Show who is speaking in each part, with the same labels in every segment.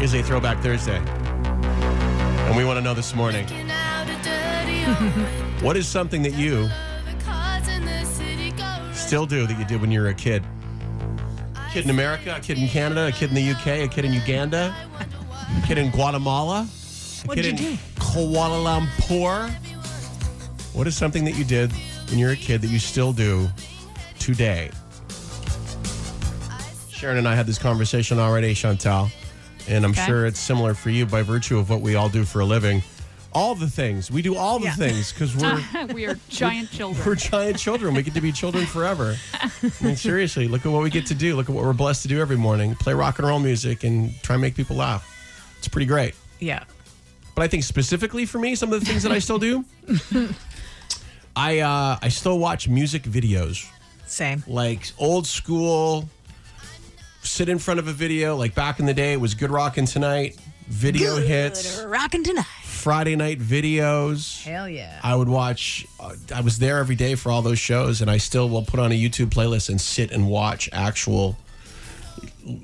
Speaker 1: is a Throwback Thursday. And we want to know this morning what is something that you still do that you did when you were a kid? Kid in America, a kid in Canada, a kid in the UK, a kid in Uganda, a kid in Guatemala, a
Speaker 2: What'd
Speaker 1: kid
Speaker 2: you
Speaker 1: in
Speaker 2: do?
Speaker 1: Kuala Lumpur. What is something that you did when you were a kid that you still do today? Sharon and I had this conversation already, Chantal, and I'm
Speaker 2: Okay.
Speaker 1: sure it's similar for you by virtue of what we all do for a living. All the things. We do all the
Speaker 2: Yeah.
Speaker 1: things because we're
Speaker 3: we are giant children.
Speaker 1: we're giant children. We get to be children forever. I mean, seriously, look at what we get to do. Look at what we're blessed to do every morning. Play rock and roll music and try and make people laugh. It's pretty great.
Speaker 2: Yeah.
Speaker 1: But I think specifically for me, some of the things that I still do, I uh, I still watch music videos
Speaker 2: Same.
Speaker 1: like old school. Sit in front of a video like back in the day. It was Good Rockin' Tonight video hits,
Speaker 2: Rocking tonight.
Speaker 1: Friday night videos.
Speaker 2: Hell yeah.
Speaker 1: I would watch. Uh, I was there every day for all those shows, and I still will put on a YouTube playlist and sit and watch actual.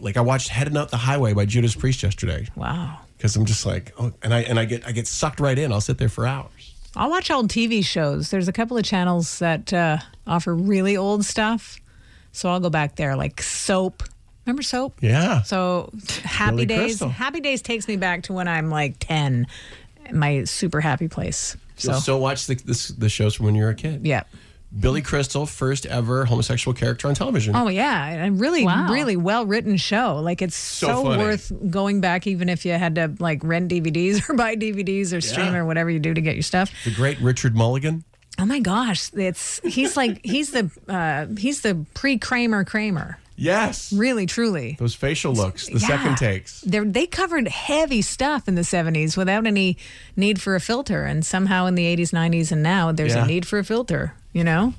Speaker 1: Like I watched "Heading Up the Highway" by Judas Priest yesterday
Speaker 2: Wow.
Speaker 1: because I'm just like, oh, and I and I get I get sucked right in. I'll sit there for hours.
Speaker 2: I'll watch old TV shows. There's a couple of channels that uh, offer really old stuff. So I'll go back there, like soap. Remember soap?
Speaker 1: Yeah.
Speaker 2: So Happy
Speaker 1: Billy
Speaker 2: Days.
Speaker 1: Crystal.
Speaker 2: Happy Days takes me back to when I'm like 10, my super happy place.
Speaker 1: So,
Speaker 2: So,
Speaker 1: so watch the, the the shows from when you were a kid.
Speaker 2: yeah.
Speaker 1: Billy Crystal, first ever homosexual character on television.
Speaker 2: Oh, yeah. and A really,
Speaker 3: Wow.
Speaker 2: really well written show. Like, it's so,
Speaker 1: funny.
Speaker 2: worth going back, even if you had to like rent DVDs or buy DVDs or stream
Speaker 1: Yeah.
Speaker 2: or whatever you do to get your stuff.
Speaker 1: The great Richard Mulligan.
Speaker 2: Oh my gosh, it's he's like he's the uh, he's the pre Kramer Kramer,
Speaker 1: Yes.
Speaker 2: really truly.
Speaker 1: Those facial looks, the
Speaker 2: Yeah.
Speaker 1: second takes.
Speaker 2: They're, they covered heavy stuff in the '70s without any need for a filter, and somehow in the '80s, '90s, and now there's
Speaker 1: Yeah.
Speaker 2: a need for a filter. You know,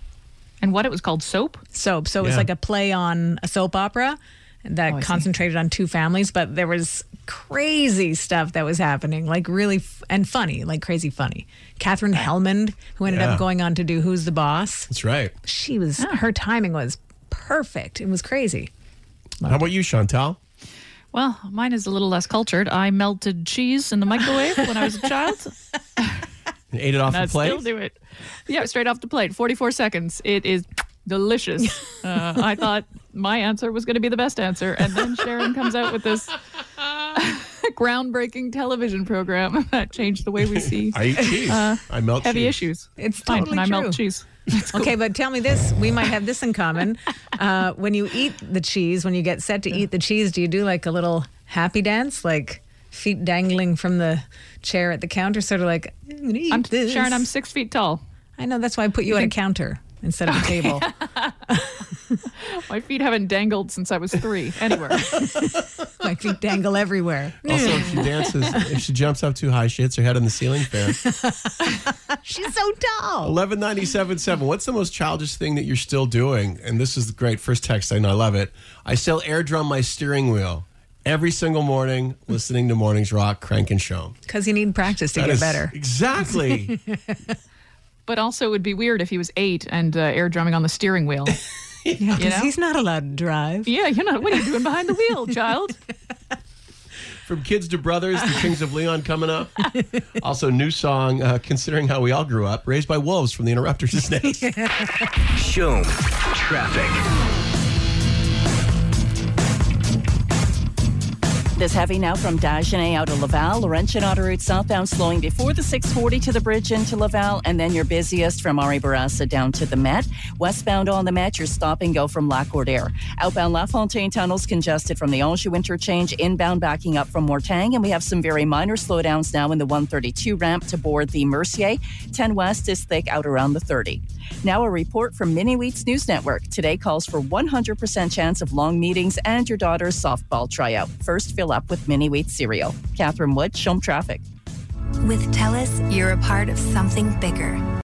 Speaker 3: and what it was called soap?
Speaker 2: soap. So it was
Speaker 1: Yeah.
Speaker 2: like a play on a soap opera that
Speaker 3: Oh, I see.
Speaker 2: concentrated on two families, but there was crazy stuff that was happening, like really f- and funny, like crazy funny. Catherine Hellmond, who ended
Speaker 1: Yeah.
Speaker 2: up going on to do Who's the Boss.
Speaker 1: That's right.
Speaker 2: she was
Speaker 3: Oh.
Speaker 2: her timing was perfect. It was crazy.
Speaker 1: How about you, Chantal?
Speaker 3: Well, mine is a little less cultured. I melted cheese in the microwave when I was a child.
Speaker 1: You ate it off
Speaker 3: I
Speaker 1: the plate.
Speaker 3: Uh, still do it. Yeah, straight off the plate. 44 seconds. It is delicious. Uh, I thought my answer was going to be the best answer. And then Sharon comes out with this groundbreaking television program that changed the way we see
Speaker 1: I eat cheese.
Speaker 2: Uh,
Speaker 1: I melt
Speaker 3: heavy
Speaker 1: cheese.
Speaker 3: issues.
Speaker 2: It's
Speaker 3: Fine,
Speaker 2: totally
Speaker 3: and I
Speaker 2: true.
Speaker 3: melt cheese.
Speaker 2: Okay, but tell me this: we might have this in common. Uh, when you eat the cheese, when you get set to eat the cheese, do you do like a little happy dance, like feet dangling from the chair at the counter, sort of like I'm gonna eat
Speaker 3: I'm,
Speaker 2: this?
Speaker 3: Sharon, I'm six feet tall.
Speaker 2: I know that's why I put you at a counter instead of a table.
Speaker 3: My feet haven't dangled since I was three anywhere.
Speaker 2: My feet dangle everywhere.
Speaker 1: Also, if she dances, if she jumps up too high, she hits her head on the ceiling fan.
Speaker 2: She's so tall.
Speaker 1: 11977. What's the most childish thing that you're still doing? And this is the great first text. I know I love it. I still air drum my steering wheel every single morning, listening to mornings rock, crank and show.
Speaker 2: Because you need practice to
Speaker 1: That
Speaker 2: get
Speaker 1: is-
Speaker 2: better.
Speaker 1: Exactly.
Speaker 3: but also, it would be weird if he was eight and uh, air drumming on the steering wheel.
Speaker 2: Yeah, because
Speaker 3: know?
Speaker 2: he's not allowed to drive.
Speaker 3: yeah, you're not. What are you doing behind the wheel, child?
Speaker 1: From kids to brothers, the Kings of Leon coming up. Also, new song, uh, considering how we all grew up, raised by wolves from the Interrupters is next.
Speaker 4: Show traffic.
Speaker 5: This heavy now from Dagenais out of Laval, Laurentian Auto Route southbound, slowing before the 640 to the bridge into Laval, and then your busiest from Ari Barassa down to the Met. Westbound on the Met, your stop and go from La Cordaire. Outbound La Fontaine tunnels congested from the Anjou interchange, inbound backing up from Mortang, and we have some very minor slowdowns now in the 132 ramp to board the Mercier. 10 West is thick out around the 30. Now a report from Miniweeds News Network. Today calls for 100% chance of long meetings and your daughter's softball tryout. First fill up with mini wheat cereal. Catherine Wood, Shome Traffic.
Speaker 6: With TELUS, you're a part of something bigger.